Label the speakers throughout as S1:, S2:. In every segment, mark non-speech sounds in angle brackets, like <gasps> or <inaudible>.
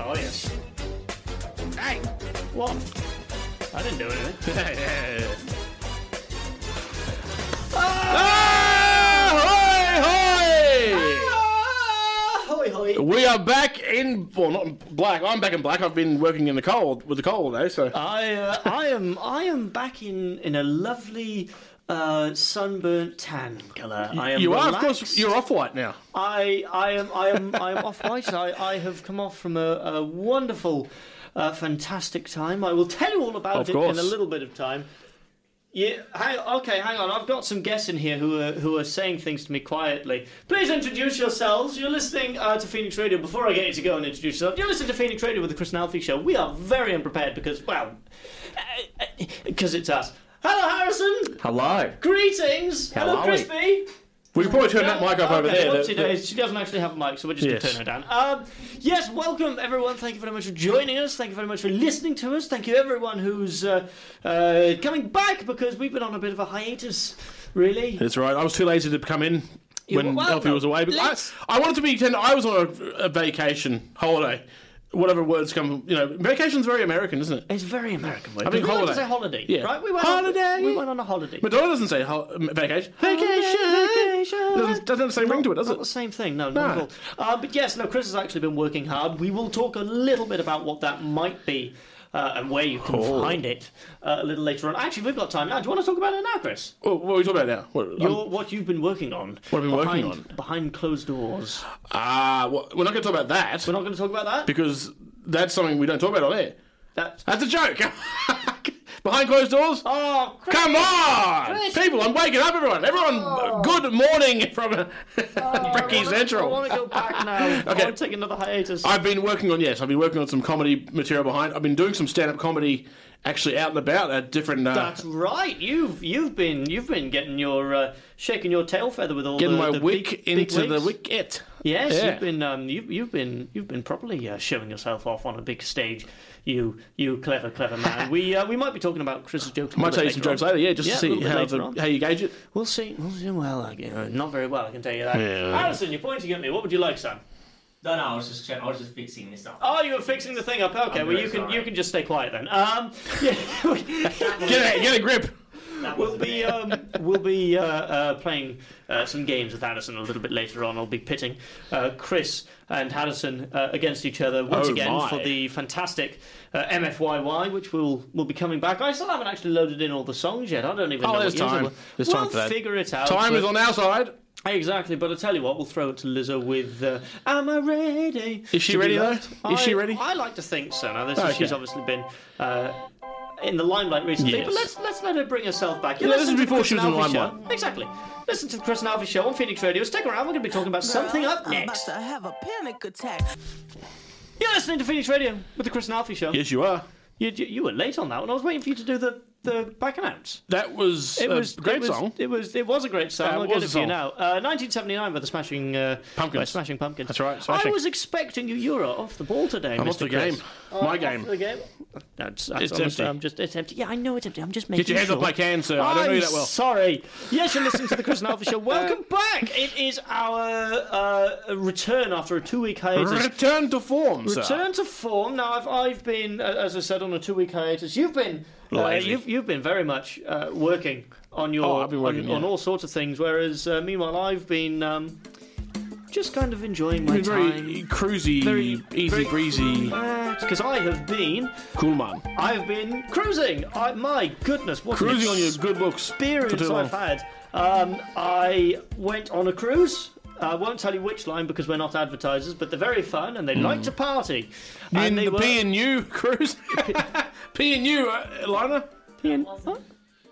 S1: Oh, yes. Hey! What? I didn't do
S2: <laughs>
S1: anything.
S2: Ah!
S1: Hoy,
S2: Hoy, hoy! We are back in, well, not in black. I'm back in black. I've been working in the cold with the cold all day, so
S1: I, uh, I am, I am back in in a lovely uh, sunburnt tan colour. I am
S2: you are, of
S1: relaxed.
S2: course, you're off white now.
S1: I, I am, I am, I am off white. I, I have come off from a, a wonderful, uh, fantastic time. I will tell you all about
S2: Of
S1: it
S2: course.
S1: in a little bit of time. Yeah, hang, okay, hang on. I've got some guests in here who are who are saying things to me quietly. Please introduce yourselves. You're listening uh, to Phoenix Radio. Before I get you to go and introduce yourself, you're listening to Phoenix Radio with the Chris and Alfie Show. We are very unprepared because, well, because it's us. Hello, Harrison.
S3: Hello.
S1: Greetings. Hello,
S3: How are we?
S1: Crispy.
S2: We could probably turn that mic off
S1: Okay,
S2: over there.
S1: whoopsie
S2: The- the-
S1: daisy, she doesn't actually have a mic, so we're just
S2: Yes.
S1: going to turn her down. Um, yes, welcome everyone. Thank you very much for joining us. Thank you very much for listening to us. Thank you everyone who's uh, uh, coming back because we've been on a bit of a hiatus, really.
S2: That's right. I was too lazy to come in
S1: You
S2: when
S1: were- well,
S2: Alfie was away. But I,
S1: let's-
S2: I wanted to be. pretend I was on a, a vacation holiday, whatever words come. You know, vacation's very American, isn't it?
S1: It's very American word.
S2: I think
S1: we like to
S2: holiday.
S1: say holiday,
S2: Yeah.
S1: right? We went On,
S2: Holiday.
S1: we went on a holiday.
S2: Madonna doesn't say ho- vacation.
S1: Holiday, vacation.
S2: Doesn't, doesn't have the same ring to it, does
S1: Not the
S2: it?
S1: same thing, no, not at
S2: No.
S1: all. Uh, but yes, no, Chris has actually been working hard. We will talk a little bit about what that might be uh, and where you can find it uh, a little later on. Actually, we've got time now. Do you want to talk about it now, Chris?
S2: Well, what are we talking about now? What, um,
S1: Your, what you've been working on.
S2: What I've been working
S1: behind, Behind closed doors.
S2: Ah, well, we're not going to talk about that
S1: We're not going to talk about that?
S2: because that's something we don't talk about on air.
S1: That-
S2: That's a joke. <laughs> Behind closed doors.
S1: oh, Chris!
S2: Come on,
S1: Chris. Oh.
S2: people! I'm waking up, everyone. Everyone, good morning from <laughs> uh, Bricky
S1: I
S2: Central.
S1: want to go
S2: <laughs>
S1: back now. I
S2: Okay.
S1: want to take another hiatus.
S2: I've been working on yes, I've been working on some comedy material behind. I've been doing some stand-up comedy, actually out and about at different. Uh,
S1: That's right. You've you've been you've been getting your uh, shaking your tail feather with all
S2: getting
S1: the,
S2: my
S1: the
S2: wick
S1: big, big
S2: into the
S1: wigs.
S2: wicket.
S1: Yes,
S2: Yeah.
S1: you've been um, you've, you've been you've been properly uh, showing yourself off on a big stage. You you clever clever man. we uh, we might be talking about Chris's jokes. a
S2: Might
S1: little
S2: tell you
S1: bit
S2: some
S1: later
S2: jokes
S1: on.
S2: later, yeah, just
S1: Yeah,
S2: to
S1: a little
S2: see
S1: bit
S2: how
S1: later
S2: the,
S1: on.
S2: how you gauge it.
S1: We'll see. We'll see. Well, I, you know, not very well. I can tell you that.
S2: Yeah.
S1: Harrison, you're pointing at me. What would you like, Sam?
S3: No, no, I was just checking. I was just fixing this up.
S1: Oh, you were fixing the thing up. Okay,
S3: I'm
S1: well
S3: very
S1: you can
S3: sorry.
S1: you can just stay quiet then. Um, <laughs> yeah.
S2: Get a, get a grip.
S3: That
S1: We'll
S3: wasn't
S1: be
S3: it.
S1: um, we'll be uh, uh, playing uh, some games with Addison a little bit later on. I'll be pitting uh, Chris and Addison uh, against each other once
S2: Oh,
S1: again
S2: my.
S1: for the fantastic uh, MFYY, which will will be coming back. I still haven't actually loaded in all the songs yet. I don't even
S2: Oh,
S1: know.
S2: there's
S1: what yours
S2: time.
S1: are.
S2: There's
S1: we'll
S2: time for that.
S1: figure it out.
S2: Time
S1: but-
S2: is on our side.
S1: Exactly, but I tell you what, we'll throw it to Lizzo with uh, "Am I ready?"
S2: Is she
S1: to be
S2: ready, though?
S1: loved?"
S2: Is she
S1: I-
S2: ready?
S1: I like to think so. Now, this is-
S2: Okay.
S1: she's obviously been uh, in the limelight recently,
S2: Yes.
S1: but let's let's let her bring herself back. You
S2: Yeah, this
S1: listen
S2: is
S1: to the
S2: before
S1: Chris
S2: she was
S1: and
S2: in the
S1: Alfie
S2: limelight.
S1: Show. Exactly. Listen to the Chris and Alfie show on Phoenix Radio. Stick around. We're going to be talking about something up
S4: I'm
S1: next.
S4: about to have a panic attack.
S1: You're listening to Phoenix Radio with the Chris and Alfie show.
S2: Yes, you are.
S1: You, you, you were late on that one. I was waiting for you to do the the back announce.
S2: That was
S1: It
S2: a
S1: was
S2: great
S1: it was,
S2: song.
S1: It was it was a great song.
S2: Yeah, it
S1: I'll give
S2: was
S1: it
S2: a
S1: to you
S2: song.
S1: now. Uh, 1979 by the Smashing uh,
S2: Pumpkins.
S1: by Smashing Pumpkins.
S2: That's right, Smashing.
S1: I was expecting you. You're off the ball today.
S2: I'm
S1: Mr.
S2: off the
S1: Chris. Oh,
S2: game. My game.
S1: The game. That's, that's
S2: It's empty.
S1: honestly, I'm just it's empty. Yeah, I know it's empty. I'm just making.
S2: Get your hands
S1: sure.
S2: off my can, sir. I don't know
S1: I'm
S2: you that well.
S1: Sorry. Yes, you're listening to the Chris and
S2: <laughs>
S1: Alpha Show. Welcome back. It is our uh, return after a two-week hiatus.
S2: Return to form, sir.
S1: Return to form. Now I've I've been, uh, as I said, on a two-week hiatus. You've been, uh,
S2: Lazy.
S1: you've you've been very much uh, working on your,
S2: Oh, I've been working,
S1: on,
S2: yeah.
S1: on all sorts of things. Whereas uh, meanwhile, I've been um, just kind of enjoying my
S2: Very
S1: time.
S2: cruisy,
S1: Very-
S2: easy
S1: very-
S2: breezy,
S1: Because I have been,
S2: cool man.
S1: I have been cruising. I, my goodness, what an
S2: Cruising on your good looks. for
S1: experience
S2: too long.
S1: I've had. Um, I went on a cruise. I won't tell you which line because we're not advertisers, but they're very fun and they like to party.
S2: Hmm. In
S1: and they
S2: the
S1: were...
S2: P and U <laughs> cruise, P and U uh, liner.
S1: Huh?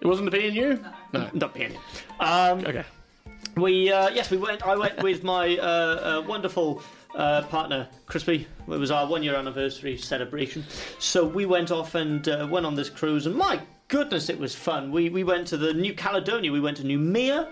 S2: It wasn't the P and U. No.
S1: Not peony. Um,
S2: Okay.
S1: We uh, yes, we went. I went with my uh, uh, wonderful uh, partner, Crispy. It was our one-year anniversary celebration, so we went off and uh, went on this cruise. And my goodness, it was fun. We we went to the New Caledonia. We went to Numea.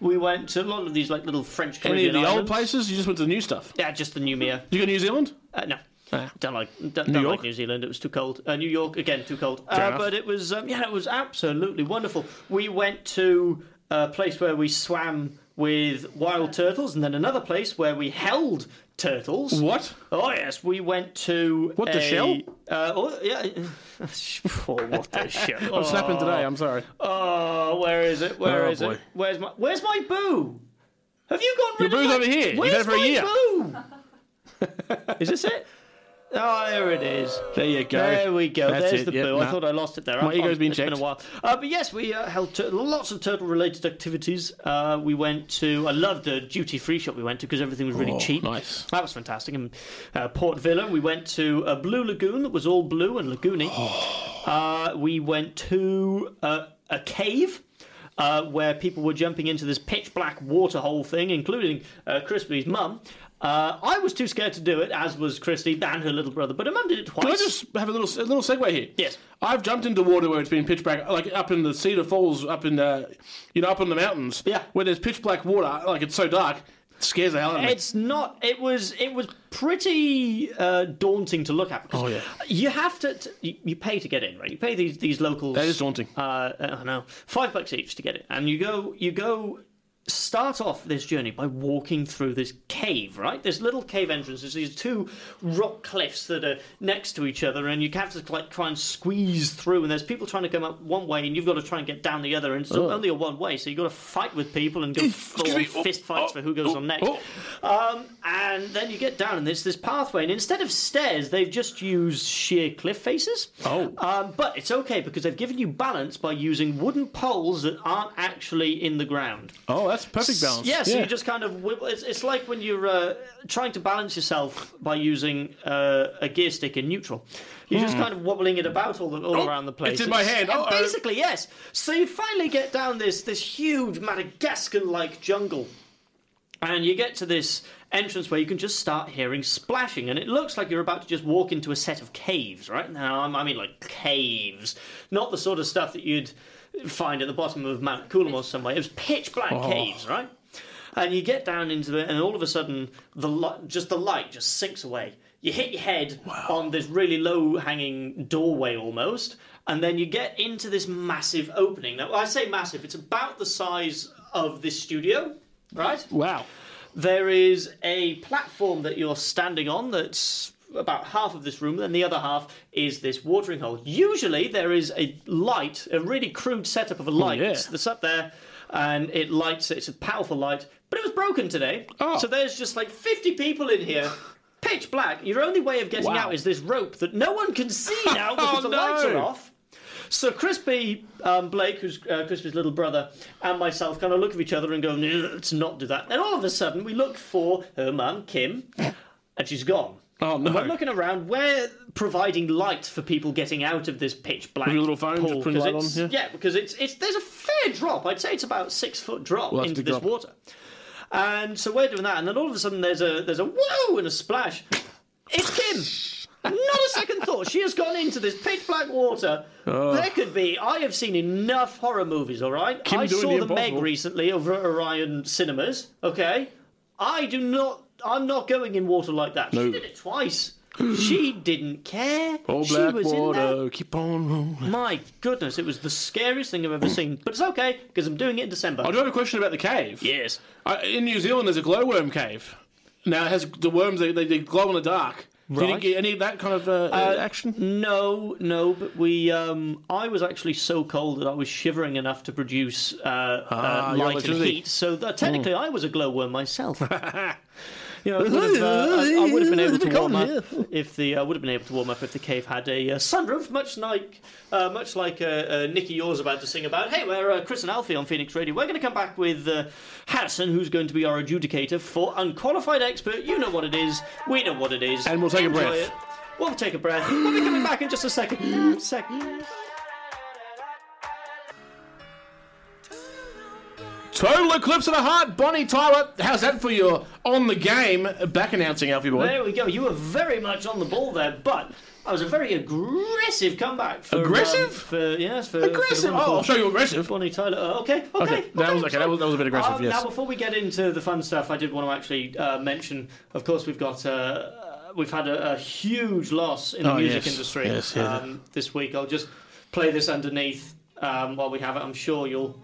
S1: We went to a lot of these like little French
S2: Any of
S1: Caribbean
S2: the old
S1: islands.
S2: places? You just went to the new stuff.
S1: Yeah, just the Numea.
S2: Did you go to New Zealand?
S1: Uh, no.
S2: Ah.
S1: Don't like don't,
S2: New
S1: don't
S2: York?
S1: like New Zealand. It was too cold. Uh, New York again, too cold.
S2: Fair
S1: Uh,
S2: enough.
S1: but it was um, yeah, it was absolutely wonderful. We went to a place where we swam with wild turtles, and then another place where we held turtles.
S2: What?
S1: Oh yes, we went to
S2: What, the
S1: a-
S2: shell?
S1: Uh, oh yeah, <laughs> oh, what the shell?
S2: <laughs> What's happened today? I'm sorry.
S1: Oh, where is it? Where
S2: Oh,
S1: is
S2: boy.
S1: it? Where's my Where's my boo? Have you
S2: Your
S1: gone? rid of
S2: boo's
S1: my-
S2: over here. You've
S1: Where's
S2: had for a
S1: my
S2: year. <laughs>
S1: boo? is this it? Oh, there it is.
S2: There you go.
S1: There we go.
S2: That's
S1: There's
S2: it,
S1: the
S2: yeah,
S1: boo. I
S2: nah.
S1: thought I lost it there.
S2: My
S1: I'm-
S2: ego's
S1: I'm-
S2: been
S1: it's been
S2: checked.
S1: a while. Uh, but yes, we uh, held tur lots of turtle-related activities. Uh, we went to. I loved the duty-free shop we went to because everything was really
S2: Oh,
S1: cheap.
S2: nice.
S1: That was fantastic. In uh, Port Villa, we went to a blue lagoon that was all blue and lagoony.
S2: Oh,
S1: Uh, we went to uh, a cave. Uh, where people were jumping into this pitch black water hole thing, including uh, Crispy's mum. Uh, I was too scared to do it, as was Christy and her little brother, but her mum did it twice.
S2: Can I just have a little a little segue here?
S1: Yes.
S2: I've jumped into water where it's been pitch black, like up in the Cedar Falls, up in uh, you know, up on the mountains.
S1: Yeah.
S2: Where there's pitch black water, like it's so dark, it scares the hell out of me.
S1: It's not. It was. It was pretty uh, daunting to look at. because
S2: Oh, yeah.
S1: You have to. t- you, you pay to get in, right? You pay these these locals.
S2: That is daunting.
S1: Uh, I know. Five bucks each to get in, and you go. You go. Start off this journey by walking through this cave, right? This little cave entrance. There's these two rock cliffs that are next to each other, and you have to like try and squeeze through. And there's people trying to come up one way, and you've got to try and get down the other. And it's only a one way, so you've got to fight with people and go full
S2: Oh. me.
S1: on
S2: Oh,
S1: fist fights
S2: oh,
S1: for who goes
S2: oh,
S1: on next.
S2: oh.
S1: Um, and then you get down, and there's this pathway, and instead of stairs, they've just used sheer cliff faces.
S2: Oh.
S1: Um, but it's okay because they've given you balance by using wooden poles that aren't actually in the ground.
S2: oh, that's perfect balance.
S1: Yeah, so you just kind of wibble. It's, it's like when you're uh, trying to balance yourself by using uh, a gear stick in neutral. You're just kind of wobbling it about all, the, all
S2: Hmm. Oh,
S1: around the place.
S2: it's in my hand.
S1: and
S2: Uh-oh.
S1: Basically, yes. So you finally get down this this huge Madagascan-like jungle, and you get to this entrance where you can just start hearing splashing, and it looks like you're about to just walk into a set of caves, right? Now, I'm- I mean like caves, not the sort of stuff that you'd find at the bottom of Mount Coolum or somewhere. It was pitch black caves, right? And you get down into it, and all of a sudden, the li- just the light just sinks away. You hit your head on this really low hanging doorway almost, and then you get into this massive opening. Now, I say massive; it's about the size of this studio, right?
S2: Wow.
S1: There is a platform that you're standing on that's about half of this room, and the other half is this watering hole. Usually, there is a light, a really crude setup of a light
S2: yeah.
S1: that's, that's up there, and it lights. It's a powerful light, but it was broken today.
S2: Oh.
S1: So there's just like 50 people in here. Pitch black. Your only way of getting
S2: Wow.
S1: out is this rope that no one can see now because
S2: Oh,
S1: the lights are
S2: no.
S1: off. So Crispy um, Blake, who's uh, Crispy's little brother, and myself kind of look at each other and go, "No, let's not do that. And all of a sudden, we look for her mum, Kim, and she's gone.
S2: Oh, no.
S1: And We're looking around. We're providing light for people getting out of this pitch black.
S2: With your little phone, just
S1: pool,
S2: putting
S1: 'cause
S2: light
S1: it's-
S2: on, yeah.
S1: because it's it's there's a fair drop. I'd say it's about six foot drop
S2: Well, that's
S1: into
S2: a big
S1: this
S2: drop.
S1: water. And so we're doing that, and then all of a sudden there's a there's a whoa and a splash. It's Kim. Not a second thought. She has gone into this pitch black water.
S2: Oh.
S1: There could be. I have seen enough horror movies. All right.
S2: Kim
S1: I
S2: doing
S1: saw
S2: the
S1: the Meg
S2: impossible.
S1: recently over at Orion Cinemas. Okay. I do not. I'm not going in water like that.
S2: No.
S1: She did it twice.
S2: <gasps>
S1: she didn't care.
S2: All
S1: she
S2: black
S1: was in there.
S2: water, keep on rolling.
S1: My goodness, it was the scariest thing I've ever seen. But it's okay because I'm doing it in December.
S2: Hmm. I do have a question about the cave.
S1: yes.
S2: I, in New Zealand, there's a glowworm cave. Now it has the worms. They, they, they glow in the dark. Did you
S1: Right.
S2: get any of that kind of uh, action?
S1: No, no, but we. Um, I was actually so cold that I was shivering enough to produce uh,
S2: Ah,
S1: uh,
S2: your
S1: light and
S2: electricity.
S1: heat. So that, technically,
S2: Hmm.
S1: I was a
S2: <laughs>
S1: glowworm myself. You know, I would have, uh, I, I would have been able to warm up if the I would have been able to warm up if the cave had a uh, sunroof, much like uh, much like uh, uh, Nicky Yours about to sing about. Hey, we're uh, Chris and Alfie on Phoenix Radio. We're going to come back with uh, Harrison, who's going to be our adjudicator for unqualified expert. You know what it is. We know what it is.
S2: And we'll take a
S1: Enjoy
S2: breath.
S1: It. We'll take a breath. We'll be coming back in just a second. Second.
S2: Total Eclipse of the Heart, Bonnie Tyler. How's that for your on the game back announcing, Alfie boy?
S1: There we go. You were very much on the ball there, but that was a very aggressive comeback. For, um,
S2: Aggressive?
S1: for yes, for For
S2: Aggressive.
S1: the
S2: Oh,
S1: wonderful-
S2: I'll show you aggressive.
S1: Bonnie Tyler. uh, okay, okay,
S2: Okay, that was okay. That was, Oh, that was a bit aggressive.
S1: Um,
S2: yes.
S1: Now, before we get into the fun stuff, I did want to actually uh, mention. Of course, we've got. Uh, uh, We've had a, a huge loss in the
S2: Oh,
S1: music
S2: yes.
S1: industry
S2: Yes, yeah.
S1: um, this week. I'll just play this underneath um, while we have it. I'm sure you'll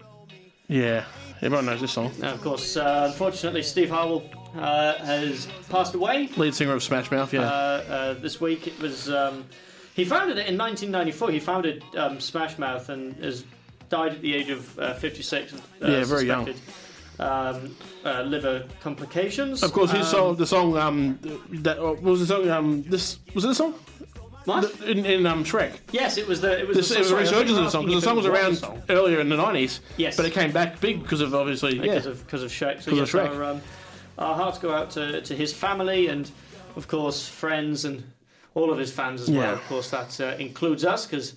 S2: yeah. Everyone knows this song.
S1: Now, of course, uh, unfortunately, Steve Harwell uh, has passed away
S2: Lead singer of Smash Mouth, yeah.
S1: uh, uh, this week. It was um, he founded it in 1994. He founded um, Smash Mouth and has died at the age of uh, 56. Uh,
S2: Yeah, very young.
S1: suspected, Um, uh, liver complications.
S2: of course, his
S1: um,
S2: song, the song, um, that uh, what was the song, um, this was it the song
S1: Uh, What?
S2: The- in, in um, Shrek.
S1: yes, it was the it was,
S2: This
S1: the,
S2: it was a
S1: sorry, I
S2: resurgence of the
S1: asking
S2: song because
S1: if
S2: the song
S1: it
S2: was around
S1: song.
S2: earlier in the nineties.
S1: Yes.
S2: but it came back big because of obviously
S1: because
S2: yeah.
S1: of because of Shrek. So
S2: 'Cause of
S1: yes,
S2: Shrek.
S1: Our, um, our hearts go out to, to his family and, of course, friends and all of his fans as well.
S2: Yeah.
S1: Of course, that uh, includes us because,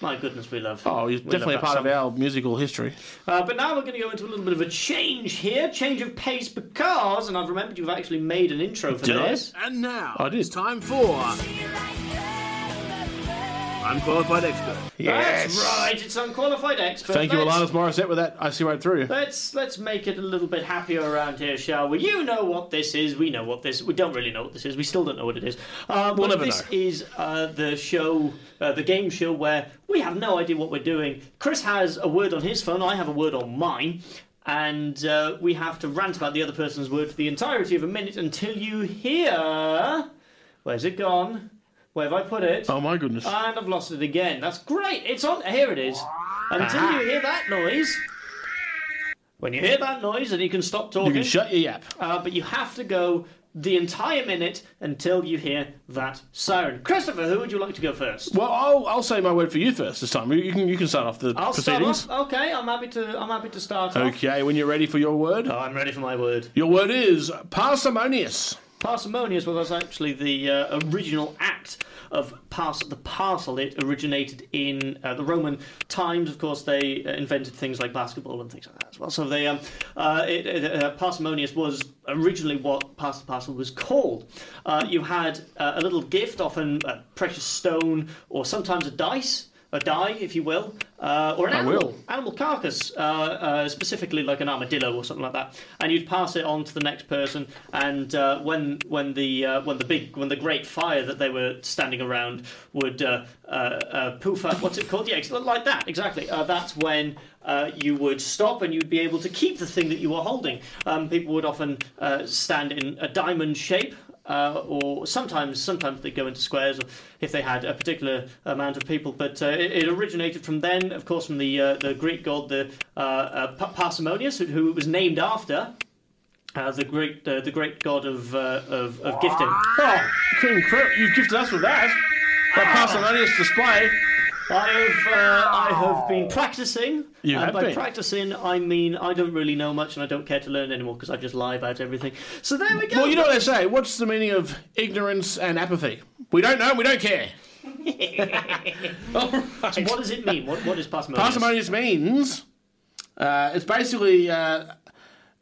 S1: my goodness, we love.
S2: oh, he's
S1: we love
S2: definitely a
S1: that
S2: part
S1: song.
S2: of our musical history.
S1: Uh, but now we're going to go into a little bit of a change here, change of pace, because, and I've remembered you've actually made an intro for
S2: I?
S1: this.
S4: And now
S2: I did.
S4: it's time for Unqualified Expert.
S1: That's right, it's unqualified expert.
S2: Thank you, Alanis
S1: Let's-
S2: Morissette, with that. I see right through you.
S1: <laughs> Let's let's make it a little bit happier around here, shall we? You know what this is. We know what this. We don't really know what this is. We still don't know what it is. Uh, but
S2: never
S1: this
S2: know.
S1: is uh, the show, uh, the game show where we have no idea what we're doing. Chris has a word on his phone. I have a word on mine. And uh, we have to rant about the other person's word for the entirety of a minute until you hear. Where's it gone? Where have I put it?
S2: Oh my goodness.
S1: And I've lost it again. That's great. It's on. Here it is. Until you hear that noise. When you hear that noise, then you can stop
S2: you
S1: talking.
S2: can shut your yap.
S1: uh, but you have to go the entire minute until you hear that sound. Christopher, who would you like to go first?
S2: Well, I'll, I'll say my word for you first this time. You, you can you can start off the
S1: I'll start
S2: proceedings.
S1: off. Okay, I'm happy to. I'm happy to start. off.
S2: Okay, when you're ready for your word,
S1: Oh, I'm ready for my word.
S2: your word is parsimonious.
S1: Parsimonious well, that's actually the uh, original act of pass the parcel. It originated in uh, the Roman times. Of course, they uh, invented things like basketball and things like that as well. So they, um, uh, it, it, uh, parsimonious was originally what pass the parcel was called. Uh, you had uh, a little gift, often a precious stone or sometimes a dice. A die, if you will, uh, or an
S2: I
S1: animal,
S2: will.
S1: animal carcass, uh, uh, specifically like an armadillo or something like that, and you'd pass it on to the next person. And uh, when when the uh, when the big when the great fire that they were standing around would uh, uh, uh, poof up, what's it called? Yeah, ex- like that exactly. Uh, that's when. Uh, you would stop and you'd be able to keep the thing that you were holding. Um, people would often uh, stand in a diamond shape, uh, or sometimes sometimes they go into squares or if they had a particular amount of people. But uh, it, it originated from then, of course, from the uh, the Greek god the uh, uh, Pa- Parsimonius, who, who it was named after. Uh, the great, uh, the great god of uh, of, of gifting. Uh,
S2: Oh, Ah. cream crap! You gifted us with that. That parsimonious display.
S1: I have, uh, I have been practicing.
S2: You
S1: and
S2: have
S1: by
S2: been.
S1: practicing, I mean I don't really know much, and I don't care to learn anymore because I just lie about everything. So there we go.
S2: Well, you know what they say. What's the meaning of ignorance and apathy? We don't know. We don't care. All right.
S1: what does it mean? What, what is parsimonious?
S2: Parsimonious means uh, it's basically uh,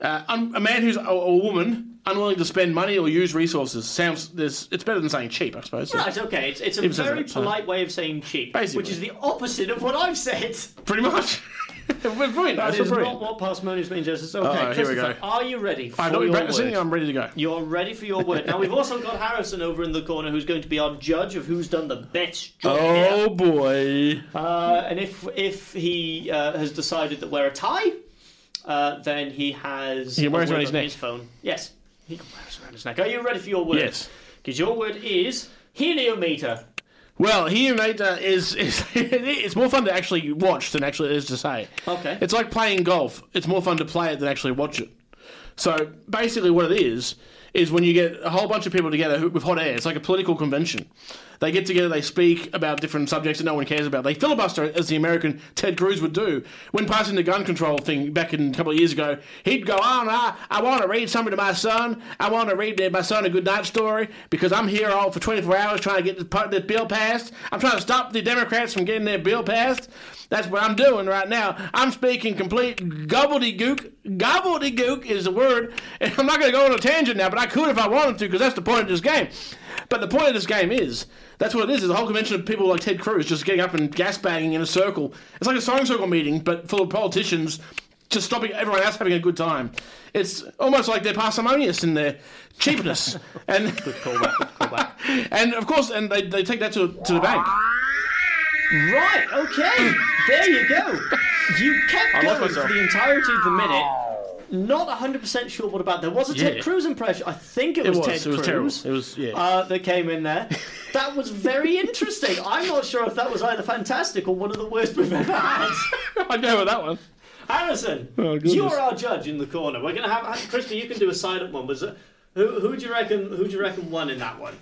S2: uh, un- a man who's or a woman unwilling to spend money or use resources. Sounds there's, it's better than saying cheap, I suppose.
S1: Right, okay. It's, it's a
S2: It says
S1: very
S2: it, so-
S1: polite way of saying cheap,
S2: Basically.
S1: which is the opposite of what I've said.
S2: Pretty much. <laughs> We're brilliant.
S1: That
S2: That's
S1: is
S2: brilliant.
S1: not what parsimonious means. Yes, it's okay.
S2: Uh-oh, here we
S1: Christopher,
S2: go.
S1: are you ready for
S2: I've not
S1: your
S2: been practicing.
S1: word?
S2: I'm ready to go.
S1: You're ready for your word. Now we've also got Harrison over in the corner, who's going to be our judge of who's done the best job. here.
S2: Oh boy!
S1: Uh, and if if he uh, has decided that we're a tie, uh, then he has.
S2: He can wear
S1: a
S2: it around
S1: word
S2: his
S1: on
S2: neck.
S1: His phone. Yes. He can wear it around his neck. Are you ready for your word?
S2: Yes.
S1: Because your word is heliometer.
S2: Well, Heliometer uh, is, is <laughs> it's more fun to actually watch than actually it is to say.
S1: Okay.
S2: It's like playing golf. It's more fun to play it than actually watch it. So basically, what it is is when you get a whole bunch of people together who, with hot air. It's like a political convention. They get together, they speak about different subjects that no one cares about. They filibuster, as the American Ted Cruz would do when passing the gun control thing back in a couple of years ago. He'd go on, I, I want to read something to my son. I want to read my son a good night story because I'm here all for 24 hours trying to get this, part- this bill passed. I'm trying to stop the Democrats from getting their bill passed. That's what I'm doing right now. I'm speaking complete gobbledygook. Gobbledygook is the word. And I'm not going to go on a tangent now, but I could if I wanted to, because that's the point of this game. But the point of this game is that's what it is. Is a whole convention of people like Ted Cruz just getting up and gas bagging in a circle. It's like a song circle meeting, but full of politicians. Just stopping everyone else having a good time. It's almost like they're parsimonious in their cheapness, and <laughs> and of course, and they, they take that to to the bank.
S1: Right, okay. there you go. You
S2: lost
S1: kept going
S2: myself.
S1: for the entirety of the minute not 100% sure what about. There was a Ted
S2: Yeah.
S1: Cruz impression. I think it,
S2: It
S1: was,
S2: was.
S1: Ted
S2: It was terrible.
S1: Cruz.
S2: It was. Yeah.
S1: uh, that came
S2: <laughs>
S1: in there. That was very interesting. I'm not sure if that was either fantastic or one of the worst we've ever had.
S2: I'd go with that one.
S1: Harrison,
S2: Oh, goodness.
S1: you're our judge in the corner. We're gonna have Christy. You can do a silent one. Was it, who who do you reckon? Who do you reckon won in that one?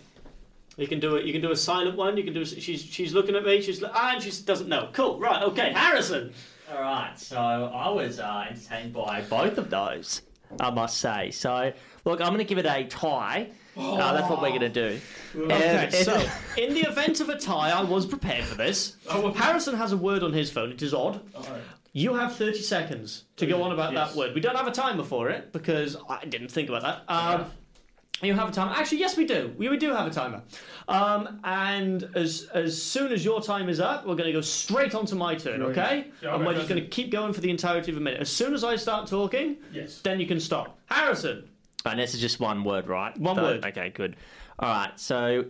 S1: You can do it. You can do a silent one. You can do. A, she's she's looking at me. She's li- ah, and she doesn't know. Cool. Right. Okay. Harrison.
S3: All right, so I was uh, entertained by both of those, I must say. So, look, I'm going to give it a tie. Uh, that's what we're going to do.
S1: Okay.
S3: And-
S1: So in the event of a tie, I was prepared for this.
S5: Oh,
S1: Harrison has a word on his phone. It is odd. You have 30 seconds to go on about
S3: Yes.
S1: that word. We don't have a timer for it because I didn't think about that. Um, you have a timer. Actually, yes, we do. We, we do have a timer. Um, and as as soon as your time is up, we're going to go straight onto my turn, okay?
S5: Yeah,
S1: and we're
S5: okay,
S1: just going to keep going for the entirety of a minute. As soon as I start talking,
S5: Yes.
S1: then you can stop. Harrison,
S3: and this is just one word, right?
S1: Oh. One
S3: So-
S1: word.
S3: Okay, good. All right, so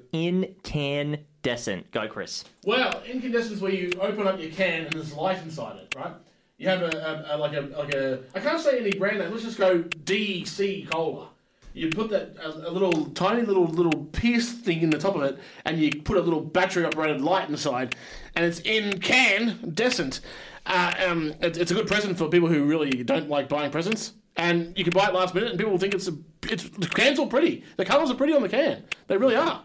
S3: incandescent. Go, Chris.
S2: Well, incandescent's where you open up your can and there's light inside it, right? You have a, a, a like a like a I can't say any brand name. Let's just go DC cola. You put that a, a little tiny little little pierced thing in the top of it, and you put a little battery operated light inside, and it's in can decent. Uh, um, it, it's a good present for people who really don't like buying presents, and you can buy it last minute, and people will think it's a, it's the cans are pretty. The colours are pretty on the can. They really are.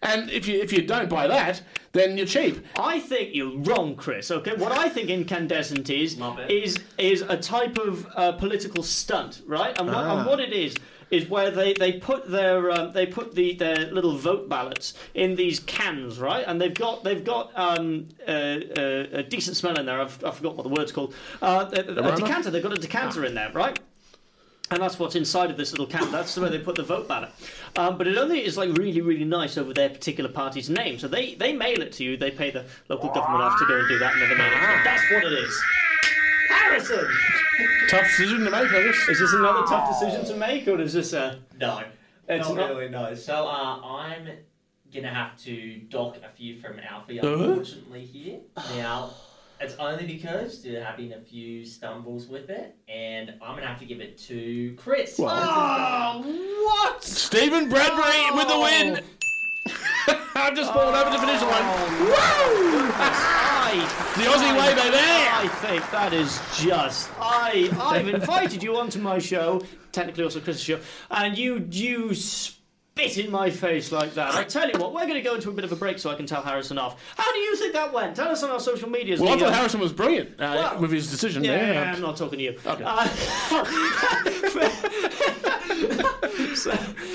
S2: And if you if you don't buy that, then you're cheap.
S1: I think you're wrong, Chris. Okay, what I think incandescent is
S3: Love it.
S1: is is a type of uh, political stunt, right? And what, and what it is is where they, they put their um, they put the their little vote ballots in these cans, right? And they've got they've got um, uh, uh, a decent smell in there. I've, I forgot what the word's called. Uh, a, a
S2: Aroma?
S1: decanter. They've got a decanter in there, right? And that's what's inside of this little can. That's where they put the vote ballot. Um, but it only is like really, really nice over their particular party's name. So they, they mail it to you. They pay the local government off to go and do that, and then they mail it. to you. That's what it is. Harrison,
S2: Tough decision to make, I guess.
S1: is this another tough decision to make, or is this a?
S3: No.
S1: It's
S3: not,
S1: not-
S3: really, no. So uh, I'm going to have to dock a few from Alfie,
S2: Uh-huh.
S3: unfortunately, here. Now, it's only because they're having a few stumbles with it, and I'm going to have to give it to Chris.
S2: Well-
S1: what?
S2: Stephen Bradbury with the win.
S1: Oh.
S2: <laughs> I've just fallen over the finish line.
S1: I,
S2: The
S1: Oh.
S2: Aussie way, baby.
S1: I think that is just. I I've invited you onto my show, technically also Chris's show, and you you spit in my face like that. I tell you what, we're going to go into a bit of a break so I can tell Harrison off. How do you think that went? Tell us on our social medias.
S2: Well, I
S1: The,
S2: thought
S1: uh,
S2: Harrison was brilliant uh,
S1: Well-
S2: with his decision.
S1: yeah,
S2: there.
S1: I'm not talking to you.
S2: Okay.
S1: Uh, <laughs> so-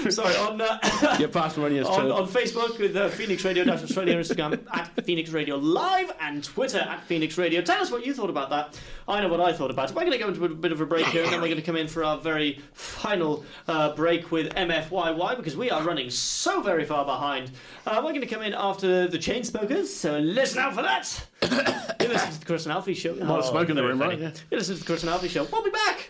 S1: sorry, on uh,
S2: You're parsimonious
S1: on,
S2: too.
S1: on Facebook with uh, Phoenix Radio Dash Australia, Instagram at Phoenix Radio Live, and Twitter at Phoenix Radio. Tell us what you thought about that. I know what I thought about it. We're going to go into a bit of a break here, and then we're going to come in for our very final uh, break with MFYY because we are running so very far behind. Uh, we're going to come in after the Chainsmokers, so listen out for that. <coughs> you listen to the Chris and Alfie show. Might
S2: have smoke in the room, right? Yeah.
S1: You listen to the Chris and Alfie show. We'll be back.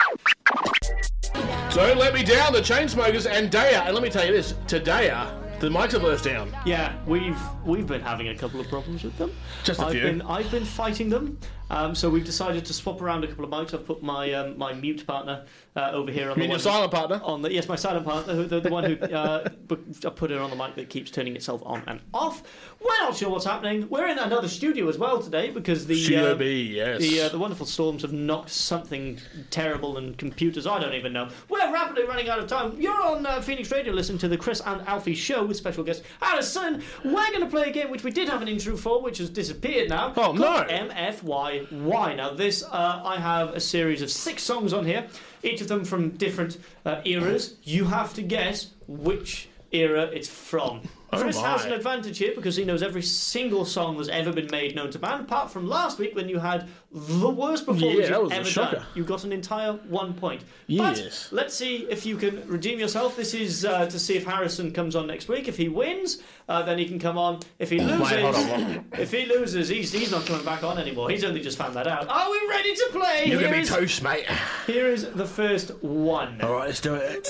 S2: So let me down, the Chainsmokers and Daya. And let me tell you this, to Daya, the mics are burst down.
S1: Yeah, we've we've been having a couple of problems with them.
S2: Just a
S1: I've
S2: few.
S1: Been, I've been fighting them, um, so we've decided to swap around a couple of mics. I've put my um, my mute partner uh, over here on
S2: I mean,
S1: the
S2: your
S1: one
S2: silent partner.
S1: on the yes, my silent partner, who- the,
S2: <laughs>
S1: the one who uh, bu- I put her on the mic that keeps turning itself on and off. We're not sure what's happening. We're in another studio as well today because the
S2: Studio
S1: uh,
S2: B, yes.
S1: the, uh, the wonderful storms have knocked something terrible and computers, I don't even know. We're rapidly running out of time. You're on uh, Phoenix Radio listening to the Chris and Alfie show with special guest Harrison. We're going to play a game which we did have an intro for, which has disappeared now.
S2: Oh, no.
S1: called MFYY. Now, this, uh, I have a series of six songs on here, each of them from different uh, eras. You have to guess which era it's from. Chris
S2: Oh, my.
S1: has an advantage here because he knows every single song that's ever been made known to man, apart from last week when you had the worst performance
S2: Yeah, that
S1: you've
S2: was a
S1: ever
S2: shocker.
S1: done. You got an entire one point.
S2: Yes.
S1: But let's see if you can redeem yourself. This is uh, to see if Harrison comes on next week. If he wins, uh, then he can come on. If he loses,
S2: Wait, hold on, hold on.
S1: if he loses, he's, he's not coming back on anymore. He's only just found that out. Are we ready to play?
S2: You're
S1: Here
S2: gonna be
S1: is-
S2: toast, mate.
S1: here is the first one.
S2: Alright, let's do it.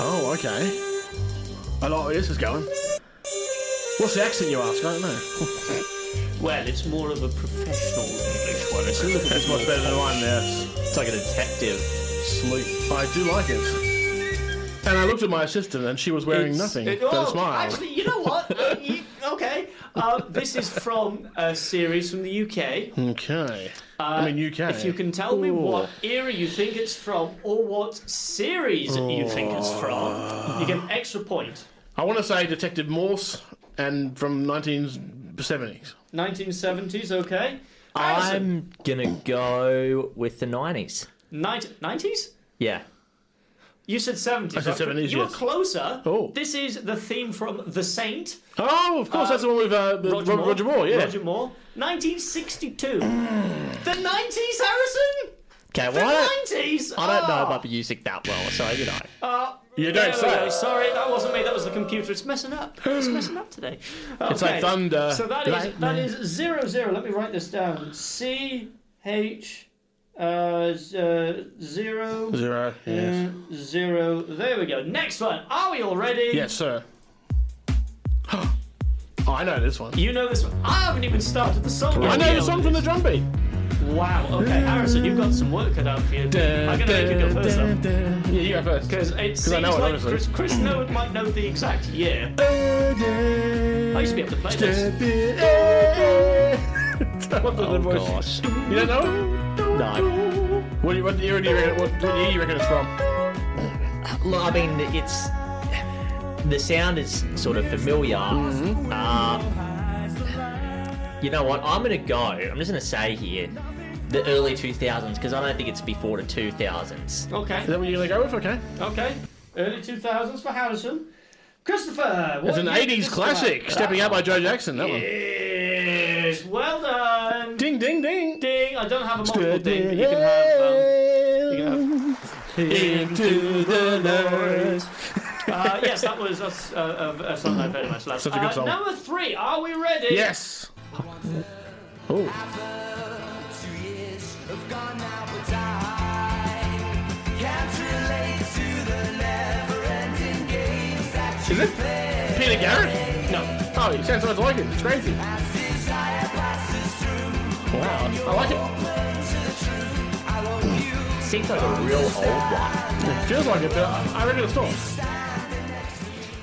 S2: Oh, okay. I like where this is going. What's the accent you ask? I don't know.
S1: Well, it's more of a professional English one. It's a little
S5: That's much
S1: bit more.
S5: better than mine now. It's like a detective sleuth.
S2: I do like it. And I looked at my assistant, and she was wearing
S1: It's-
S2: nothing
S1: it-
S2: but
S1: oh,
S2: a smile.
S1: <laughs> Actually, you know what? Uh, you- okay. Uh, this is from a series from the UK.
S2: okay. I mean, UK.
S1: If you can tell me what era you think it's from or what series you think it's from, you get
S2: Oh.
S1: an extra point.
S2: I want to say Detective Morse, and from 1970s.
S1: 1970s, okay. Harrison,
S3: I'm gonna go with the 90s.
S1: nine- 90s?
S3: Yeah.
S1: You said 70s.
S2: I said
S1: okay.
S2: 70s,
S1: You were
S2: yes.
S1: closer.
S2: Oh.
S1: This is the theme from The Saint.
S2: Oh, of course, that's the one with uh, Roger, Roger, Moore. Yeah. Mm.
S1: Roger Moore. 1962. the 90s, Harrison?
S3: Okay,
S1: The Ah,
S3: well, I don't,
S1: 90s?
S3: I don't know about music that well, so you know.
S1: uh,
S2: you
S1: There
S2: don't
S1: we
S2: say.
S1: go. Sorry, that wasn't me. That was the computer. It's messing up. It's messing up today.
S2: It's like
S1: Okay.
S2: thunder,
S1: So that is that is zero zero. Let me write this down. C H uh, z- uh, zero
S2: Zero. Yes.
S1: uh, zero. There we go. Next one. Are we all ready?
S2: Yes, sir. <gasps> oh, I know this one.
S1: You know this one. I haven't even started the song.
S2: I
S1: yet.
S2: know
S1: You
S2: the song from the drum beat.
S1: Wow. Okay, Harrison, you've got some work cut out for you. I'm gonna make you go first. though.
S2: Yeah, you go first.
S1: Because it seems
S2: I know it,
S1: like
S2: obviously.
S1: Chris, Chris know, might know the exact year. I used to be able to play this.
S2: What the- the
S3: Oh,
S2: voice-
S3: gosh.
S2: You don't know?
S3: No.
S2: it? What, do you- what year do you reckon? What, what year do you reckon it's from?
S3: Look, I mean, it's. The sound is sort of familiar. Um, you know what? I'm going to go. I'm just going to say here the early 2000s because I don't think it's before the
S2: Is
S3: 2000s.
S1: Okay.
S2: that what you're gonna go with? Okay.
S1: Okay. Early 2000s for Harrison. Christopher!
S2: It's an 80s classic, Stepping Out by Joe Jackson. That one.
S1: Yes. Well done.
S2: Ding, ding, ding.
S1: Ding. I don't have a multiple ding, but you can have. Um, you can have.
S2: Into the night.
S1: Uh, yes, that was that's, uh, a, a song I very much love.
S2: Such a good
S1: Uh,
S2: song.
S1: number three. Are we ready?
S2: Yes. Oh, is it Peter Garrett? No. Oh, it sounds much like it. It's crazy. Wow, I like it.
S3: Seems like a real old one.
S2: It feels like it, but I I reckon it's not.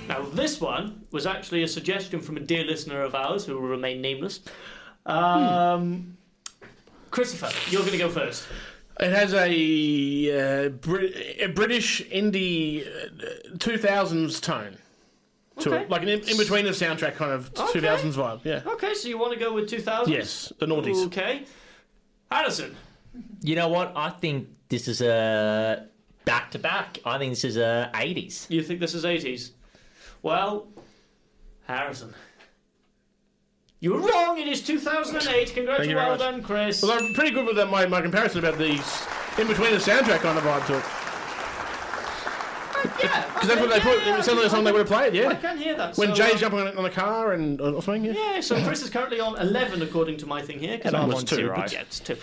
S1: Now, this one was actually a suggestion from a dear listener of ours who will remain nameless. Um, Christopher, you're going to go first.
S2: It has a, uh, Brit- a British indie uh, 2000s tone to
S1: Okay.
S2: it, like an in, in between the soundtrack kind of
S1: Okay.
S2: 2000s vibe. Yeah.
S1: Okay, so you want to go with 2000?
S2: Yes, the noughties.
S1: Okay. Harrison.
S3: You know what? I think this is a back to back. I think this is a 80s.
S1: You think this is 80s? Well, Harrison. You were wrong, it is 2008. Congrats,
S2: Thank you very
S1: well
S2: much.
S1: done, Chris.
S2: Well, I'm pretty good with that, my, my comparison about these in between the soundtrack kind of vibe to it. <laughs>
S1: yeah,
S2: Because that's what they put, it sounded like a song they would have played,
S1: I
S2: yeah.
S1: can hear that.
S2: When
S1: so,
S2: Jay's
S1: uh,
S2: jumping on, on a car and or something, yeah.
S1: Yeah, so Chris is currently on 11 according to my thing here. 'cause
S2: And I
S1: I'm
S2: was
S1: on
S2: two,
S1: zero.
S2: but-
S1: Yeah, it's two.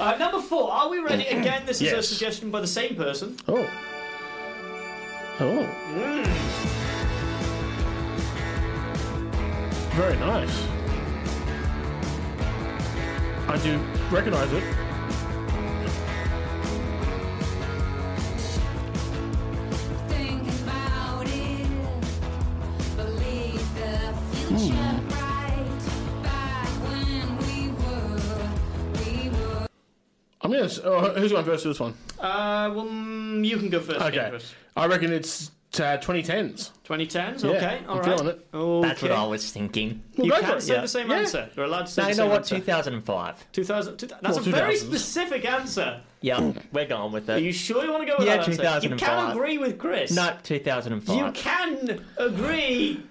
S1: Uh, number four, are we ready? Again, this is a
S2: Yes.
S1: suggestion by the same person.
S2: Oh. Oh. Very nice. I do recognise it.
S6: Thinking about it, believe the future bright. Back when we were, we were.
S2: I'm gonna. s- Oh, who's going first for this one?
S1: Uh, well, mm, you can go first. again,
S2: Okay.
S1: Chris.
S2: I reckon it's uh, 2010s.
S1: 2010s,
S2: Yeah,
S1: okay,
S2: I'm
S1: all right.
S2: feeling it.
S1: Okay.
S3: That's what I was thinking.
S1: You
S2: Well, go for
S1: can
S2: it,
S1: say
S3: yeah.
S1: the same
S2: Yeah.
S1: answer. You're allowed to say
S3: No,
S1: the
S3: you
S1: same
S3: know what?
S1: answer.
S3: 2005.
S1: 2000, 2000 that's
S2: Well,
S1: a very
S2: 2000s.
S1: specific answer.
S3: Yeah, we're going with
S1: Are
S3: it.
S1: you sure you want to go with
S3: Yeah,
S1: that answer? You can
S3: 2005.
S1: agree with Chris.
S3: No, 2005.
S1: You can agree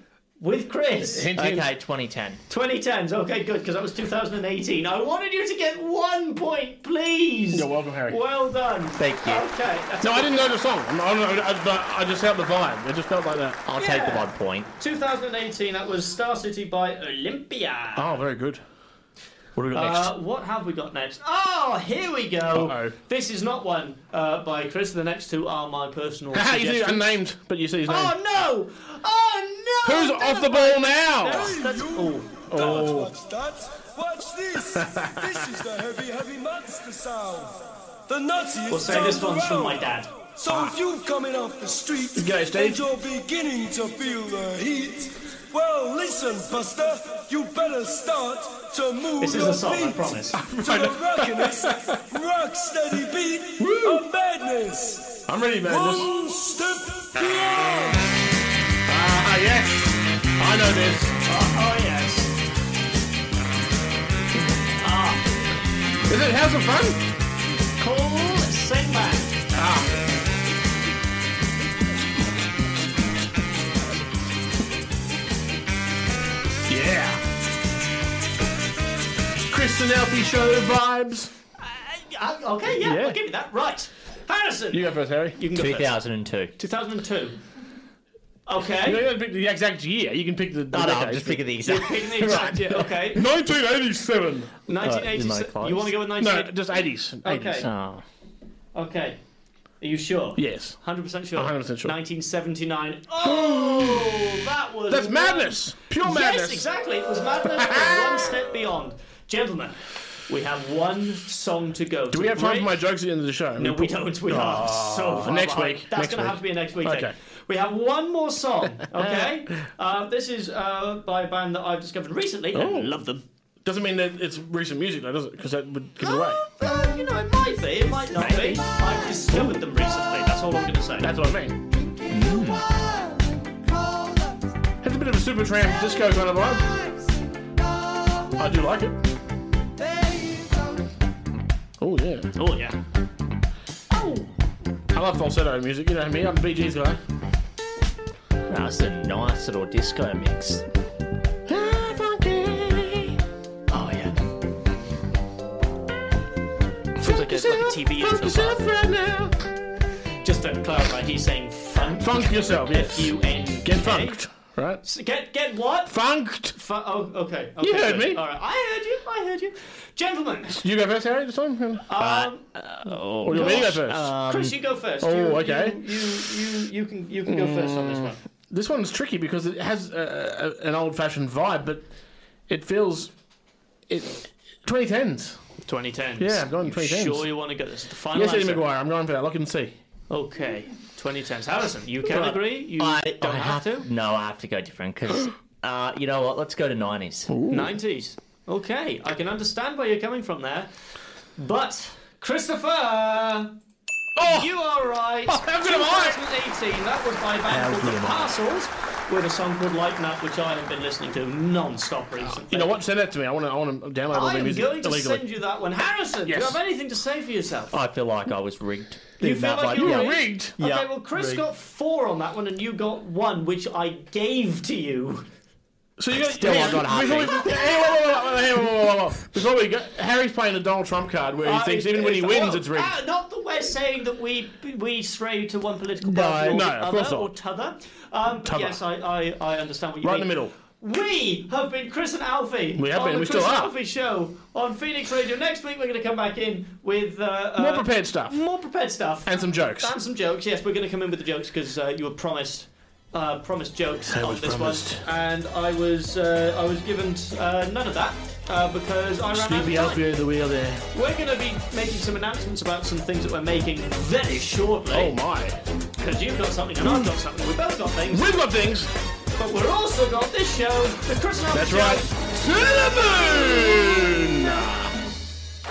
S1: with Chris.
S2: Hint, hint.
S3: Okay, 2010.
S1: 2010s, okay, good, because that was 2018. I wanted you to get one point, please.
S2: You're welcome, Harry.
S1: Well done.
S3: Thank you.
S1: Okay. that's
S2: No,
S1: a
S2: I
S1: good-
S2: didn't know the song. I, I, don't know, I, but I just felt the vibe. It just felt like that.
S3: I'll take the one point.
S1: 2018, that was Star City by Olympia.
S2: Oh, very good. What do we got Oh, next?
S1: Uh, what have we got next? Oh, here we go.
S2: Uh-oh.
S1: This is not one uh, by Chris. The next two are my personal
S2: <laughs> Haha, you do
S1: suggestions.
S2: unnamed, but you see his name.
S1: Oh no! Oh no!
S2: Who's
S1: Don't
S2: off the
S1: have-
S2: ball now?
S1: That's, that's, oh.
S2: Oh.
S7: Watch that! Watch this! this is the heavy, heavy monster sound. The nuttiest
S1: We'll say this
S7: sound
S1: one's from my
S7: around.
S1: dad.
S7: So if you've come in off the street
S2: G'day, Steve.
S7: and you're beginning to feel the heat, well, listen, Buster, you better start to move
S1: This is
S7: your
S1: a song, I
S7: feet
S1: promise.
S7: to the rockinest, rock steady beat of madness.
S2: I'm ready, man. This-
S7: One step beyond.
S2: Ah, yes. I know this.
S1: Oh yes.
S2: Is it House of Fun?
S1: Cool. Sing back.
S2: Yeah. Chris and Alfie show vibes.
S1: Uh, okay, yeah,
S2: Yeah.
S1: I'll give you that. Right, Harrison.
S2: You go first, Harry.
S1: you can go first.
S3: 2002.
S1: 2002.
S2: You don't
S1: Okay.
S2: have to pick the exact year. You can pick the. the
S3: No, no, I'm
S2: decade.
S3: just picking the
S1: You're
S3: exact.
S2: <laughs>
S1: picking the exact year. Okay.
S2: 1987.
S1: 1987.
S3: close?
S1: you want to go with
S2: No,
S1: 1987?
S2: just 80s. 80s.
S1: Okay.
S3: <laughs> Oh.
S1: Okay. Are you sure?
S2: Yes.
S1: 100% sure.
S2: 100% sure.
S1: 1979.
S2: <gasps>
S1: Oh, that was.
S2: That's madness. Pure madness.
S1: Yes, exactly. It was madness. and one step beyond. Gentlemen, we have one song to go.
S2: Do we have time for my jokes at the end of the show?
S1: No, we don't. We are so far
S2: Next
S1: behind.
S2: week.
S1: That's
S2: Next
S1: going to
S2: week.
S1: have to be a next week. thing.
S2: Okay.
S1: We have one more
S2: <laughs>
S1: song. Okay. uh, this is uh, by a band that I've discovered recently. and
S2: Oh.
S1: love them.
S2: Doesn't mean that it's recent music, though, does it? Because that would give it away.
S1: Uh, you know, it might be. It might not
S3: Maybe.
S1: be. I've discovered them recently. That's all I'm going to say.
S2: <gasps> That's what I mean. It's a bit of a super tramp disco kind of vibe. I do like it. Oh, yeah.
S1: oh yeah. Oh.
S2: I love falsetto music. You know me. I'm a Bee Gees guy.
S3: That's a nice little disco mix. Oh, yeah.
S1: Feels like a, like a TV
S2: Funk
S1: intro.
S2: yourself right now.
S1: Just to clarify, he's saying funk.
S2: Funk yourself, yes.
S1: F-U-N-K.
S2: Get funked, right?
S1: S- Get get what?
S2: Funked.
S1: Fu- oh, okay. okay.
S2: You heard
S1: good.
S2: me.
S1: All right. I heard you. I heard you, gentlemen.
S2: You go first, Harry, this time?
S1: Um,
S2: or do you want me to go first?
S1: Chris, you go first.
S2: oh,
S1: You-
S2: okay.
S1: You, you, you, you can you can go first on this one.
S2: this one's tricky because it has a, a, an old fashioned vibe, but it feels. it 2010s.
S1: 2010s.
S2: Yeah, I've gone
S1: You
S2: 2010s.
S1: Sure, you want to go? This is the final
S2: Yes, Eddie
S1: answer.
S2: McGuire. I'm going for that. Lock and see.
S1: Okay, 2010s. Harrison, you can
S2: Right.
S1: agree. You
S3: I
S1: don't
S3: I
S1: have, to.
S3: No, I have to go different because, <gasps> uh, you know what? Let's go to 90s.
S1: 90s. Okay, I can understand where you're coming from there, but Christopher.
S2: Oh!
S1: You are right.
S2: Oh, how good am I?
S1: 2018. That was by a band called The Parcels with a song called Lighten Up, which I have been listening to non-stop recently.
S2: You know what? Send that to me. I want to. I want to download all
S1: I
S2: the
S1: am
S2: music
S1: going to
S2: illegally.
S1: send you that one. Harrison, do
S2: Yes.
S1: you have anything to say for yourself?
S3: I feel like I was rigged.
S1: you
S3: in
S1: feel
S3: that
S1: like
S3: one.
S1: you were
S2: Yeah.
S1: rigged?
S2: Rigged.
S1: Okay,
S3: Yeah.
S1: well, Chris got four on that one, and you got one, which I gave to you.
S2: So you got
S3: Still, I'm not
S2: before
S3: happy.
S2: we- hey, whoa, whoa, whoa, whoa, hey, whoa, whoa, whoa, whoa. Before we go, Harry's playing the Donald Trump card where he
S1: I-
S2: thinks even when he wins,
S1: Well,
S2: it's rigged.
S1: uh, not that we're saying that we we stray to one political party or
S2: no,
S1: the
S2: of
S1: other
S2: course not.
S1: or t'other. Um, but
S2: T'other.
S1: Yes, I, I, I understand what you
S2: Right in
S1: mean.
S2: the middle.
S1: We have been Chris and Alfie.
S2: We have
S1: on
S2: been,
S1: The
S2: we
S1: Chris
S2: still
S1: and
S2: are.
S1: Alfie show on Phoenix Radio. Next week we're going to come back in with uh,
S2: More
S1: uh,
S2: prepared stuff
S1: more prepared stuff
S2: and some jokes.
S1: and some jokes. Yes, we're going to come in with the jokes because uh, you were promised. Uh, promised jokes on
S2: was
S1: this
S2: promised.
S1: one, and I was uh, I was given uh, none of that uh, because I ran
S2: Snoopy
S1: out of
S2: out
S1: time.
S2: the wheel there.
S1: We're going to be making some announcements about some things that we're making very
S2: Oh
S1: shortly
S2: my!
S1: because you've got something and I've got something. We both got things,
S2: We've got things.
S1: but we're also got this show, the Chris and Alfie
S2: That's
S1: show.
S2: right. To the moon.